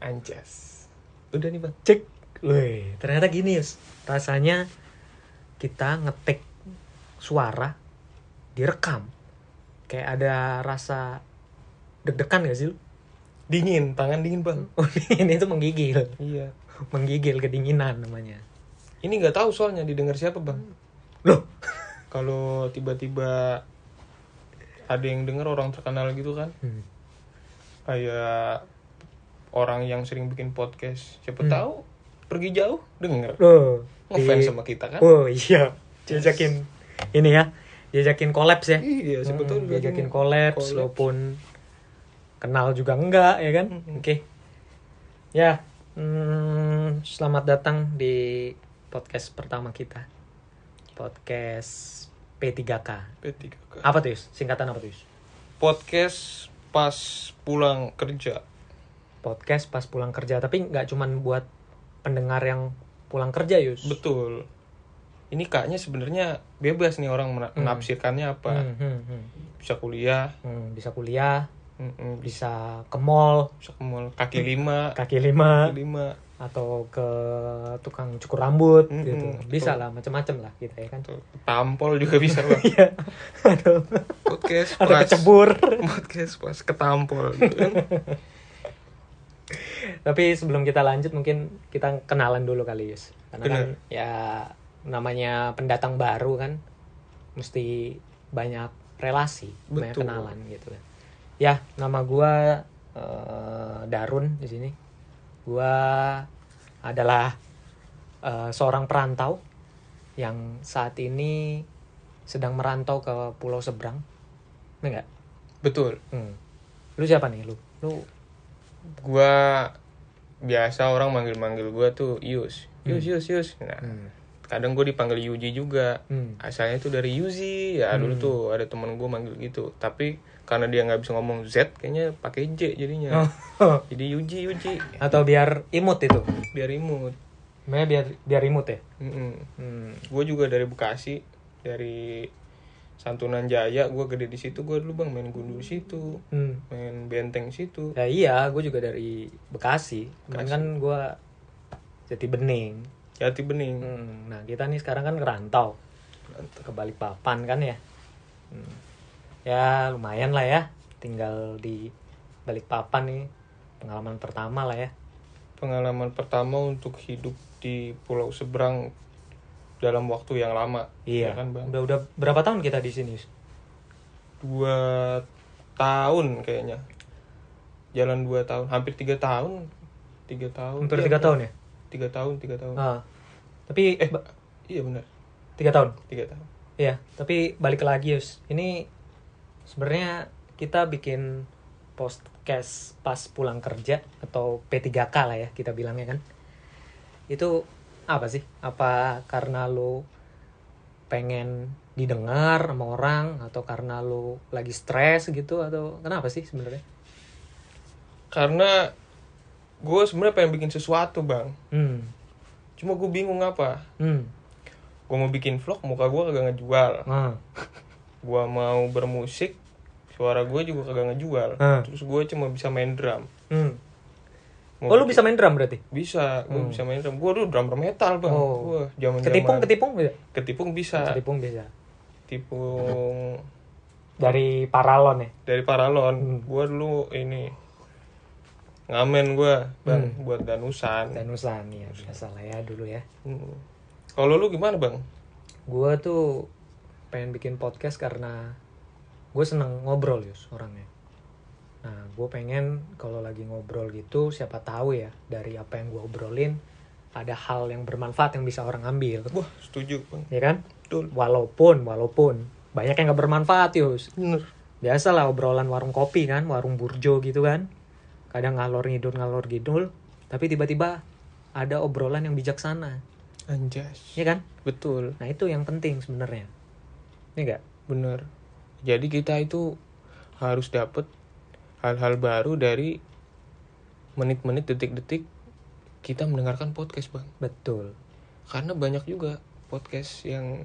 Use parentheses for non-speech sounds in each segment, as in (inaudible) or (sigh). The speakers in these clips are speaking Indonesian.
Anjas. Udah nih bang, cek. Wih, ternyata gini Yus. Rasanya kita ngetik suara direkam. Kayak ada rasa deg-degan gak sih lu? (laughs) Oh, Dingin, tangan dingin bang. ini tuh menggigil. Iya. Menggigil kedinginan namanya. Ini nggak tahu soalnya didengar siapa bang. Loh, Kalau tiba-tiba ada yang dengar orang terkenal gitu kan, Hmm. kayak orang yang sering bikin podcast, siapa Hmm. tahu pergi jauh denger. Loh, Ngefans di- sama kita kan? Eh. Oh iya, jajakin ini ya, jajakin kolaps ya. Iya, siapa tahu Hmm, dia diajakin denger. kolaps Kolaps. walaupun kenal juga enggak ya kan Hmm, oke ya hmm, selamat datang di podcast pertama kita podcast P3K P3K. apa tuh Yus? singkatan apa tuh Yus? Podcast pas pulang kerja. podcast pas pulang kerja tapi nggak cuman buat pendengar yang pulang kerja Yus Betul. Ini kaknya sebenarnya bebas nih orang mena- menafsirkannya apa. Hmm, hmm, hmm. Bisa kuliah, Hmm, bisa kuliah mm-mm, bisa ke mall bisa ke mall, kaki lima, kaki lima kaki lima. atau ke tukang cukur rambut Mm-mm, gitu betul. bisa lah macam-macam lah gitu ya kan Tuh, Tampol juga bisa Bang. (laughs) Iya. Aduh, Podcast atau pas kecebur. podcast pas ketampol gitu kan. Tapi sebelum kita lanjut mungkin kita kenalan dulu kali Yus. Karena kan ya namanya pendatang baru kan mesti banyak relasi, banyak Betul. kenalan gitu kan. Ya, nama gua eh, Darun di sini. Gua adalah eh, seorang perantau yang saat ini sedang merantau ke pulau seberang. Enggak? Betul. Hmm. Lu siapa nih lu? Lu Gua biasa orang manggil-manggil gua tuh Yus. Yus, Yus, Yus. Nah, kadang gue dipanggil Yuji juga. Hmm. (laughs) asalnya itu dari Yuzi ya dulu tuh ada temen gue manggil gitu tapi karena dia nggak bisa ngomong Z kayaknya pakai J jadinya Oh. jadi Yuji Yuji Atau biar imut itu. biar imut Namanya biar biar imut ya. Hmm. gue juga dari Bekasi dari Santunan Jaya gue gede di situ gue dulu bang main gundu di situ Hmm. main benteng di situ Ya iya, gue juga dari Bekasi. Cuman kan gue jadi bening. Jati Bening Hmm. Nah kita nih sekarang kan ngerantau ke Balikpapan kan ya. Hmm. Ya lumayan lah ya. Tinggal di Balikpapan nih pengalaman pertama lah ya. pengalaman pertama untuk hidup di pulau seberang dalam waktu yang lama Iya. ya kan bang udah udah berapa tahun kita di sini? Yus? dua tahun kayaknya jalan dua tahun hampir tiga tahun tiga tahun Hampir Iya, tiga tahun ya. tiga tahun tiga tahun Ah. Tapi eh ba- iya benar tiga tahun. tiga tahun Iya, tapi balik lagi Yus. Ini sebenarnya kita bikin podcast pas pulang kerja atau P3K lah ya kita bilangnya kan. Itu apa sih? Apa karena lu pengen didengar sama orang atau karena lu lagi stres gitu atau kenapa sih sebenarnya? karena gue sebenarnya pengen bikin sesuatu bang Hmm. cuma gue bingung apa Hmm. gue mau bikin vlog muka gue kagak ngejual Ah. gue mau bermusik suara gue juga kagak ngejual Hmm. terus gue cuma bisa main drum Hmm. Mau Oh, lu bisa main drum berarti? bisa gue bisa main drum gue dulu drummer metal bang Oh. gue zaman Ketipung, ketipung bisa. ketipung bisa Ketipung bisa. ketipung Dari paralon ya. dari Paralon. Gua dulu ini ngamen gua bang Hmm. buat danusan. Danusan ya, biasa lah ya dulu ya. Hmm. Kalau lu gimana bang? gue tuh pengen bikin podcast karena gue seneng ngobrol Yus orangnya nah gue pengen kalau lagi ngobrol gitu siapa tahu ya dari apa yang gue obrolin ada hal yang bermanfaat yang bisa orang ambil Wah setuju bang. ya kan Betul. walaupun walaupun banyak yang gak bermanfaat Yus Bener. biasalah obrolan warung kopi kan warung burjo gitu kan kadang ngalor ngidul ngalor ngidul tapi tiba-tiba ada obrolan yang bijaksana Anjas. ya kan Betul. nah itu yang penting sebenarnya ya enggak Bener. Jadi kita itu harus dapet hal-hal baru dari menit-menit detik-detik kita mendengarkan podcast bang. Betul. Karena banyak juga podcast yang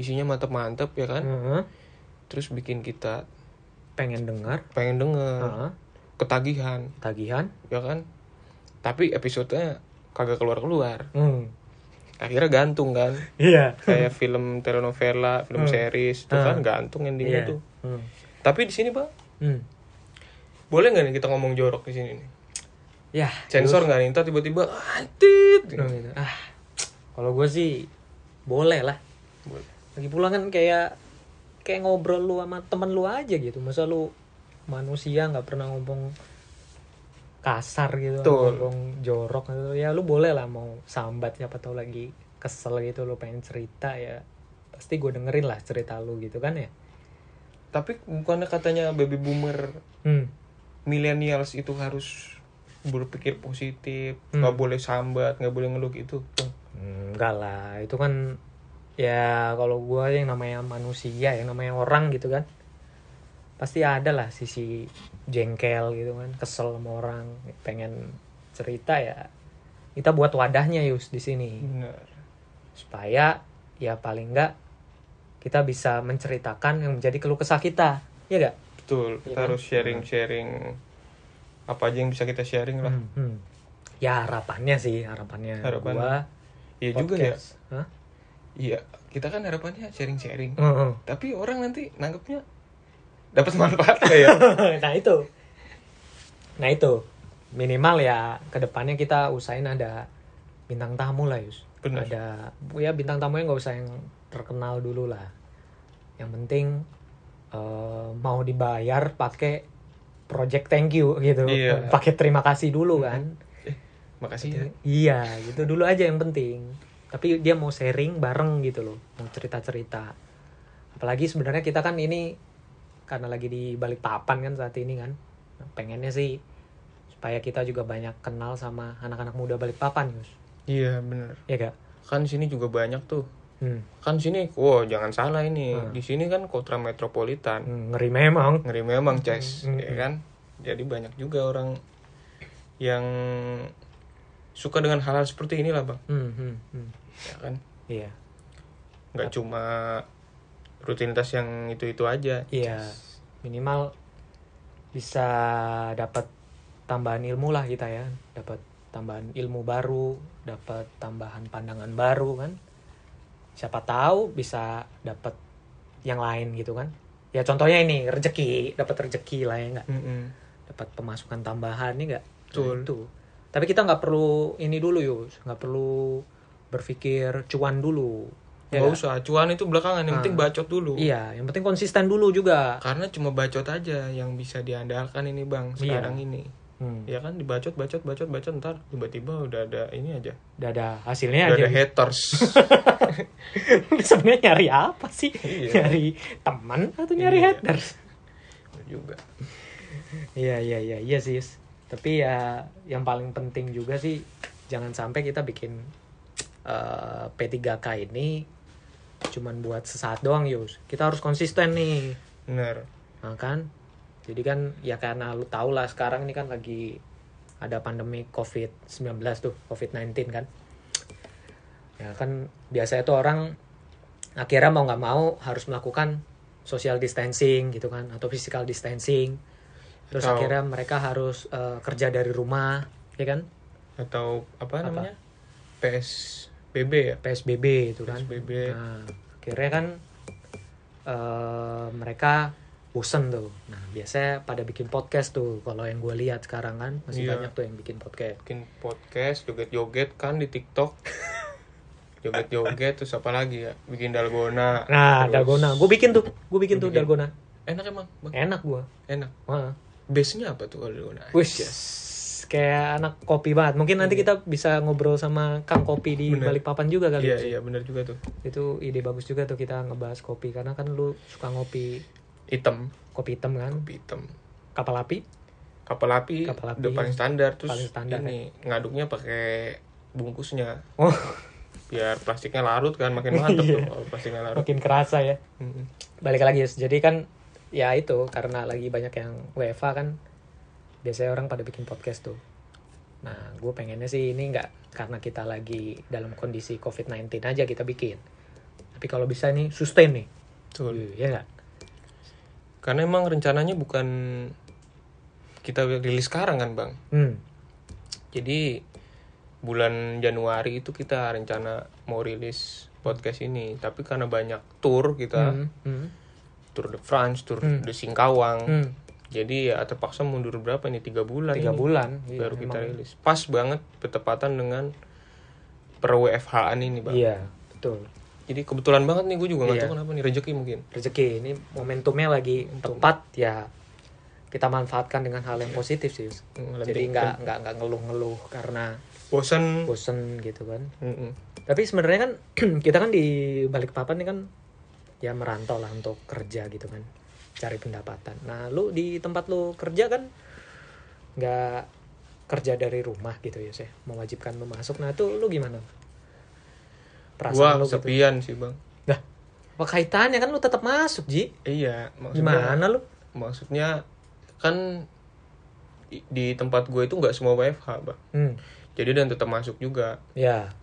isinya mantep-mantep ya kan. Heeh. Terus bikin kita Pengen dengar? Hmm. pengen denger, Heeh. ketagihan Tagihan? ya kan tapi episodenya kagak keluar keluar Hmm. akhirnya gantung (laughs) kan Iya. kayak film telenovela film Hmm. series itu kan gantung endingnya Iya. tuh Hmm. tapi di sini pak Hmm. boleh nggak nih kita ngomong jorok di sini nih Yah, sensor nggak nih Ntar tiba-tiba antit gitu. Nah, gitu. Ah, kalau gue sih boleh lah. Boleh. Lagi pula kan kayak kayak ngobrol lu sama temen lu aja gitu. Masa lu manusia nggak pernah ngomong kasar gitu, Betul. ngomong jorok gitu. Ya lu boleh lah mau sambat siapa tahu lagi kesel gitu lu pengen cerita ya. Pasti gue dengerin lah cerita lu gitu kan ya. tapi bukannya katanya baby boomer Hmm. millennials itu harus berpikir positif Hmm. nggak boleh sambat nggak boleh gitu? ngeluk itu Enggak lah, itu kan ya kalau gua yang namanya manusia, yang namanya orang gitu kan. Pasti ada lah sisi jengkel gitu kan, kesel sama orang, pengen cerita ya. Kita buat wadahnya Yus di sini benar supaya ya paling enggak kita bisa menceritakan yang menjadi keluh kesah kita. Iya gak? betul kita Iya kan? harus sharing sharing apa aja yang bisa kita sharing lah Hmm. Ya harapannya sih, harapannya Harapan gua iya juga ya podcast. Hah? iya kita kan harapannya sharing sharing Heeh. tapi orang nanti nanggepnya dapat manfaat nggak (laughs) ya (laughs) nah itu nah itu minimal ya kedepannya kita usahain ada bintang tamu lah Yus Benar. ada ya bintang tamunya nggak usah yang terkenal dulu lah yang penting eh, mau dibayar pakai project thank you gitu Iya. pakai terima kasih dulu kan makasih ya iya gitu dulu aja yang penting tapi dia mau sharing bareng gitu loh mau cerita cerita apalagi sebenarnya kita kan ini karena lagi di balik papan kan saat ini kan Nah, pengennya sih supaya kita juga banyak kenal sama anak-anak muda balik papan Yus iya benar ya gak kan di sini juga banyak tuh hmm. kan di sini wow jangan salah ini Hmm. di sini kan kota metropolitan hmm, ngeri memang ngeri Hmm. memang Ces Mm-mm. ya kan jadi banyak juga orang yang suka dengan hal-hal seperti inilah bang hmm, hmm, hmm. ya kan iya Ya. nggak cuma rutinitas yang itu itu aja iya minimal bisa dapat tambahan ilmu lah kita ya dapat tambahan ilmu baru dapat tambahan pandangan baru kan siapa tahu bisa dapat yang lain gitu kan ya contohnya ini rezeki dapat rezeki lah ya enggak Mm-mm. dapat pemasukan tambahan nih nggak Betul. Nah, itu. tapi kita nggak perlu ini dulu Yus nggak perlu berpikir cuan dulu nggak Ya nggak? usah cuan itu belakangan yang penting bacot dulu iya yang penting konsisten dulu juga karena cuma bacot aja yang bisa diandalkan ini bang Iya. sekarang ini hmm. ya kan dibacot bacot bacot bacot ntar tiba-tiba udah ada ini aja udah ada hasilnya udah aja ada (laughs) haters sebenarnya nyari apa sih Iya. nyari teman atau nyari Iya. haters juga iya iya iya iya sih Yus. tapi ya yang paling penting juga sih jangan sampai kita bikin eh, P3K ini cuman buat sesaat doang Yus kita harus konsisten nih bener Nah, kan jadi kan ya karena lu tau lah sekarang ini kan lagi ada pandemi COVID-19 tuh, COVID-19 kan. Ya kan biasanya tuh orang akhirnya mau nggak mau harus melakukan social distancing gitu kan atau physical distancing. Terus Atau- akhirnya mereka harus eh, kerja dari rumah, ya kan? atau apa, Apa? namanya PSBB ya PSBB itu kan. PSBB. Nah, akhirnya kan eh, mereka bosen tuh. Nah, biasanya pada bikin podcast tuh. Kalau yang gue lihat sekarang kan masih Iya. banyak tuh yang bikin podcast. bikin podcast joget-joget kan di (laughs) TikTok joget-joget terus apa lagi ya bikin dalgona Terus- Nah, dalgona, gue bikin tuh, gue bikin tuh Bikin. dalgona. enak emang Bang? Enak gue. enak Wah, base-nya apa tuh kalau dalgona Iya, wish. Yes. Kayak anak kopi banget. Mungkin nanti kita bisa ngobrol sama Kang Kopi di Bener. Balikpapan juga kali. iya Yus. iya benar juga tuh Itu ide bagus juga tuh kita ngebahas kopi karena kan lu suka ngopi hitam kopi hitam kan, Kopi hitam kapal api. kapal api, Kapal api. udah paling standar terus Paling standar, ya. ini ngaduknya pakai bungkusnya Oh, biar plastiknya larut kan (laughs) makin mantep Iya. tuh kalau plastiknya larut makin kerasa ya. Mm-mm. balik lagi Yus. jadi kan ya itu karena lagi banyak yang WFA kan biasanya orang pada bikin podcast tuh nah gue pengennya sih ini nggak karena kita lagi dalam kondisi COVID-19 aja kita bikin tapi kalau bisa nih sustain nih Betul. ya nggak karena emang rencananya bukan kita rilis sekarang kan bang hmm Jadi bulan Januari itu kita rencana mau rilis podcast ini, tapi karena banyak tour kita, Hmm, hmm, tour de France, tour Hmm. de Singkawang, hmm. jadi ya terpaksa mundur berapa nih tiga bulan. tiga ini bulan iya, baru kita memang. rilis. Pas banget bertepatan dengan per WFH-an ini bang. iya betul Jadi kebetulan banget nih gue juga nggak Iya. tahu kenapa nih rezeki mungkin. rezeki ini momentumnya lagi tepat ya kita manfaatkan dengan hal yang positif sih Yus. jadi Lebih nggak nggak nggak ngeluh-ngeluh karena bosan. bosen gitu kan Mm-mm. tapi sebenarnya kan (clears throat) kita kan di balik papan nih kan ya merantau lah untuk kerja gitu kan cari pendapatan nah lu di tempat lu kerja kan nggak kerja dari rumah gitu Yus, ya mewajibkan lu masuk nah itu lu gimana Gua perasaan lu gitu sepian sih bang. Wah, kaitannya kan lu tetap masuk ji Iya. Maksudnya, gimana lu Maksudnya kan i- di tempat gue itu nggak semua WFH bang. hmm. Jadi dan tetap masuk juga. ya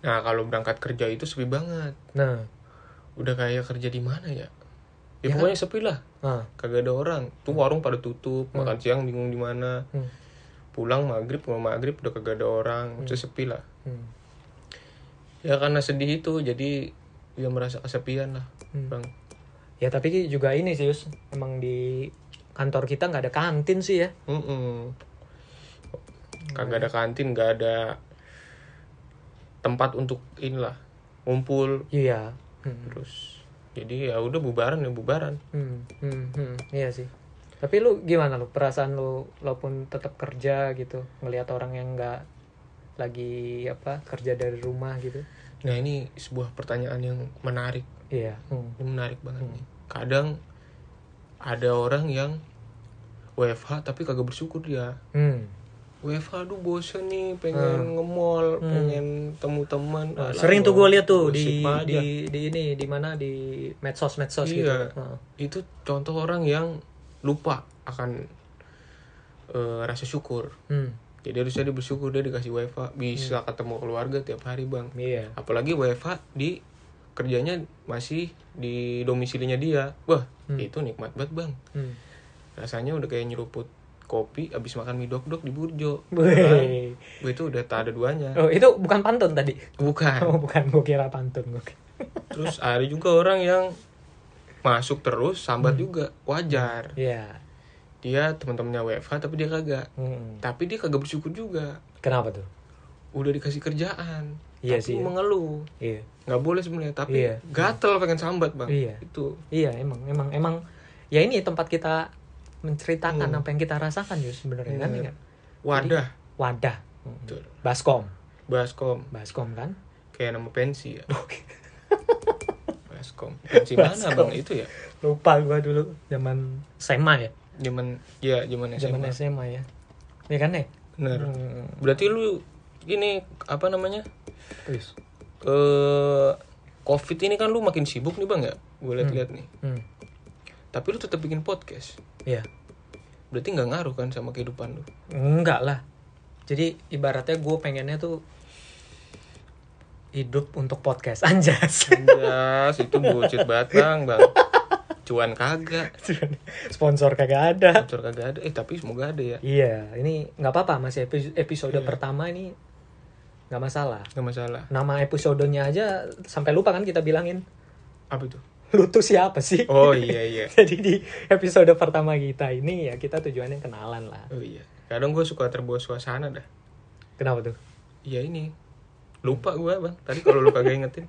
Nah kalau berangkat kerja itu sepi banget. nah Udah kayak kerja di mana ya? Ya, Ya. pokoknya sepi lah. ah, Kagak ada orang. Tuh warung pada tutup. Makan siang bingung di mana. Hmm. Pulang maghrib, mau maghrib udah kagak ada orang. Maksudnya sepi lah. hmm. Ya karena sedih itu jadi ya merasa kesepian lah Hmm. bang. ya tapi juga ini sih Yus emang di kantor kita nggak ada kantin sih ya Mm-mm. Iya. Kagak ada kantin, nggak ada tempat untuk inilah ngumpul iya hmm. terus. Jadi ya udah bubaran ya bubaran. Hmm. Hmm. hmm. iya sih tapi lu gimana lu perasaan lu walaupun tetap kerja gitu ngelihat orang yang nggak lagi apa kerja dari rumah gitu Nah ini sebuah pertanyaan yang menarik, iya hmm. ini menarik banget nih. Kadang ada orang yang WFH tapi kagak bersyukur dia. Hmm. WFH aduh bosen nih, pengen nge-mall, pengen temu teman. Nah, Alah, Hmm. sering tuh gue lihat tuh gosip di aja. di di ini di mana di medsos medsos gitu Iya. Heeh. itu contoh orang yang lupa akan eh, rasa syukur hmm. jadi harusnya dia bersyukur dia dikasih wifi bisa ketemu keluarga tiap hari bang iya apalagi wifi di kerjanya masih di domisilinya dia wah itu nikmat banget bang hmm. rasanya udah kayak nyeruput kopi abis makan mie dok dok di burjo Wih. Wah, itu udah tak ada duanya Oh, itu bukan pantun tadi. bukan (laughs) Oh, bukan gue kira pantun gue. kira. terus ada juga orang yang masuk terus sambat juga wajar Iya. dia teman-temannya WFH tapi dia kagak Mm-mm. tapi dia kagak bersyukur juga Hmm. Kenapa tuh? udah dikasih kerjaan Iya tapi sih. mengeluh Iya. nggak boleh sebenarnya tapi Iya. gatel pengen sambat bang Iya. itu Iya, emang emang emang ya ini tempat kita menceritakan apa yang kita rasakan Yus sebenarnya kan Iya. ingat. wadah Wadah. Betul. Baskom. baskom Baskom kan? kayak nama pensi (laughs) ya baskom pensi mana Baskom. bang itu ya Lupa gua dulu zaman SMA ya. zaman ya zaman Zaman SMA SMA ya. Iya kan, Nek? bener Hmm. berarti lu ini apa namanya Yus. eh covid ini kan lu makin sibuk nih bang ya gue lihat-lihat nih Hmm. tapi lu tetap bikin podcast Iya. berarti nggak ngaruh kan sama kehidupan lu Enggak lah. Jadi ibaratnya gue pengennya tuh hidup untuk podcast (laughs) anjas. Anjas, itu bullshit banget bang, bang. Cuan kagak, Sponsor kagak ada. sponsor kagak ada. Eh tapi semoga ada ya, Iya, ini nggak apa-apa masih epi- episode pertama ini nggak masalah. nggak masalah. Nama episodenya aja sampai lupa kan kita bilangin. Apa itu? Lu tuh siapa sih? Oh iya iya, (laughs) Jadi di episode pertama kita ini ya kita tujuannya kenalan lah. oh iya. Kadang gue suka terbawa suasana dah. Kenapa tuh? Iya ini, lupa gue bang. Tadi kalau lu kagak ingetin,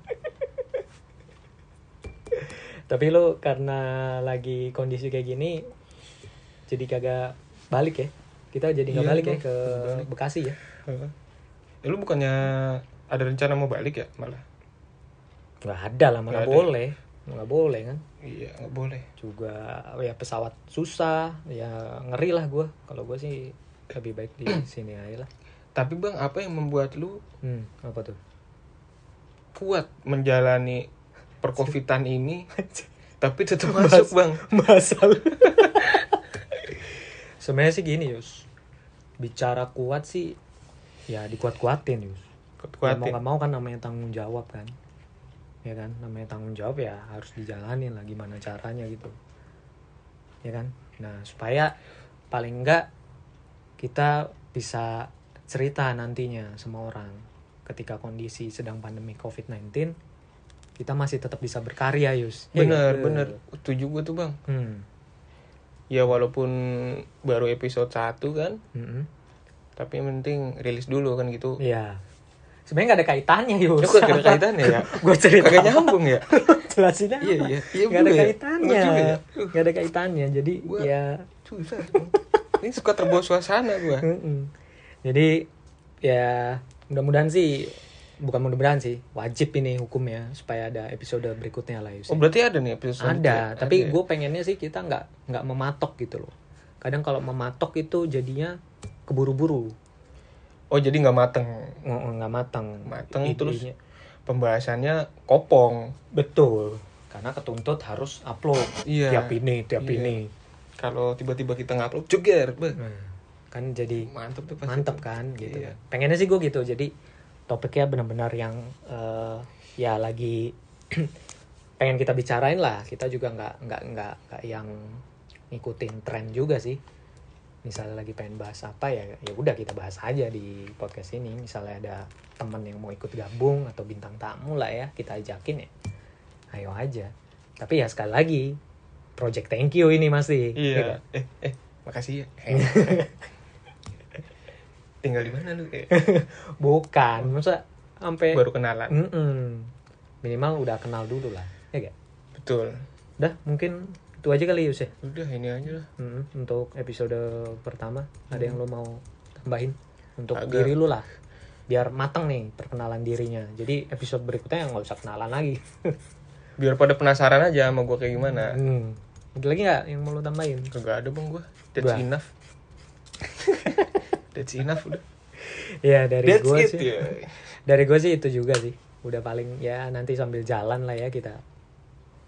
Tapi lu karena lagi kondisi kayak gini jadi kagak balik ya. Kita jadi nggak Iya, balik ya gua ke Bekasi ya. eh, lu bukannya ada rencana mau balik ya malah? Nggak ada lah, mana Nggak ada. boleh. Nggak boleh kan. Iya nggak boleh. juga ya pesawat susah ya ngeri lah gue kalau gue sih lebih baik di sini aja lah Tapi bang apa yang membuat lu hmm, apa tuh (laughs) kuat menjalani perkovitan ini? tapi tetap masuk bang. masalah (laughs) sebenarnya sih gini Yus bicara kuat sih ya dikuat kuatin Yus Ya mau Kuatin. nggak mau kan namanya tanggung jawab kan ya kan namanya tanggung jawab ya harus dijalanin lah gimana caranya gitu ya kan nah supaya paling enggak kita bisa cerita nantinya sama orang ketika kondisi sedang pandemi COVID-19 kita masih tetap bisa berkarya Yus Iya nggak? Bener, bener. Setuju gue tuh bang. hmm. Ya walaupun baru episode 1 kan, Mm-mm. tapi yang penting rilis dulu kan gitu. Iya. sebenarnya nggak ada kaitannya Yus Ya, kok ada kaitannya (laughs) ya? gue cerita Kagak nyambung ya? jelasin Iya, apa? iya. Iya Nggak ada juga ya. kaitannya Bener juga ya. nggak ada kaitannya jadi Gua- ya Susah. Bang. Ini suka terbawa suasana gue. mm-mm. jadi ya mudah-mudahan sih bukan mudah-mudahan sih wajib ini hukumnya supaya ada episode berikutnya lah Yus Oh berarti ada nih episode ada selanjutnya? tapi Ada ya? gue pengennya sih kita nggak nggak mematok gitu loh kadang kalau mematok itu jadinya keburu-buru Oh jadi nggak mateng. Nge- nggak matang Mateng Idenya. terus pembahasannya kopong. betul karena ketuntut harus upload Iya. tiap ini tiap Iya. ini Kalau tiba-tiba kita nggak upload jeger. Beh. Nah, kan jadi Mantep tuh pasti. mantep kan gitu Iya. kan. pengennya sih gue gitu jadi topiknya benar-benar yang eh, ya lagi (clears throat) pengen kita bicarain lah kita juga nggak nggak nggak nggak yang ngikutin tren juga sih misalnya lagi pengen bahas apa ya ya udah kita bahas aja di podcast ini misalnya ada teman yang mau ikut gabung atau bintang tamu lah ya kita ajakin ya ayo aja tapi ya sekali lagi project thank you ini masih Iya. ya kan? Eh, eh, makasih ya. Tinggal di mana lu? Eh, (laughs) bukan masa sampai baru kenalan. Mm-mm. Minimal udah kenal dulu lah. Ya gak? Betul. Udah mungkin itu aja kali Yus ya. Udah ini aja lah. Mm-mm. Untuk episode pertama ada yang lo mau tambahin untuk Agak. diri lu lah. Biar mateng nih perkenalan dirinya. Jadi episode berikutnya nggak usah kenalan (laughs) lagi. Biar pada penasaran aja sama gue kayak gimana. Hmm. Ada lagi nggak yang mau lo tambahin? Kagak ada bang gue. That's Bah. enough. That's enough udah. Ya dari That's gue it sih. ya. Dari gue sih itu juga sih. Udah paling ya nanti sambil jalan lah ya kita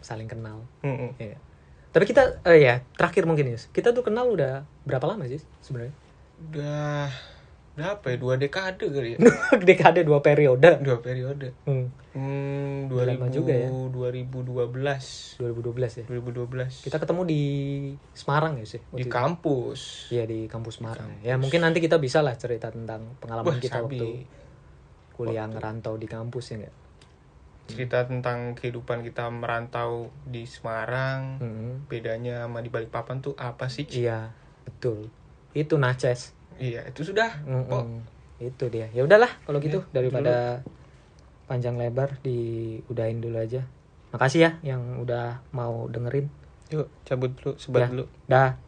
saling kenal. Mm-mm. Ya. nggak? Tapi kita eh, ya terakhir mungkin Yus. Kita tuh kenal udah berapa lama sih sebenarnya? Udah berapa ya? Dua dekade kali ya? (laughs) dekade dua periode (laughs) Dua periode. hmm, Hmm, 2000, Udah lama juga ya. 2012. 2012 ya 2012. kita ketemu di Semarang ya sih di waktu itu. kampus. Iya di kampus Semarang ya mungkin nanti kita bisa lah cerita tentang Wah, pengalaman kita sabi. waktu kuliah ngerantau di kampus ya nggak Cerita tentang kehidupan kita merantau di Semarang. Mm-mm. Bedanya sama di Balikpapan tuh apa sih? Hmm. iya betul itu naces Iya, itu sudah. Mm-mm. Oh. itu dia ya udahlah kalau gitu Iya, daripada panjang lebar diudahin dulu aja makasih ya yang udah mau dengerin Yuk, cabut dulu, sebat Ya. dulu. dah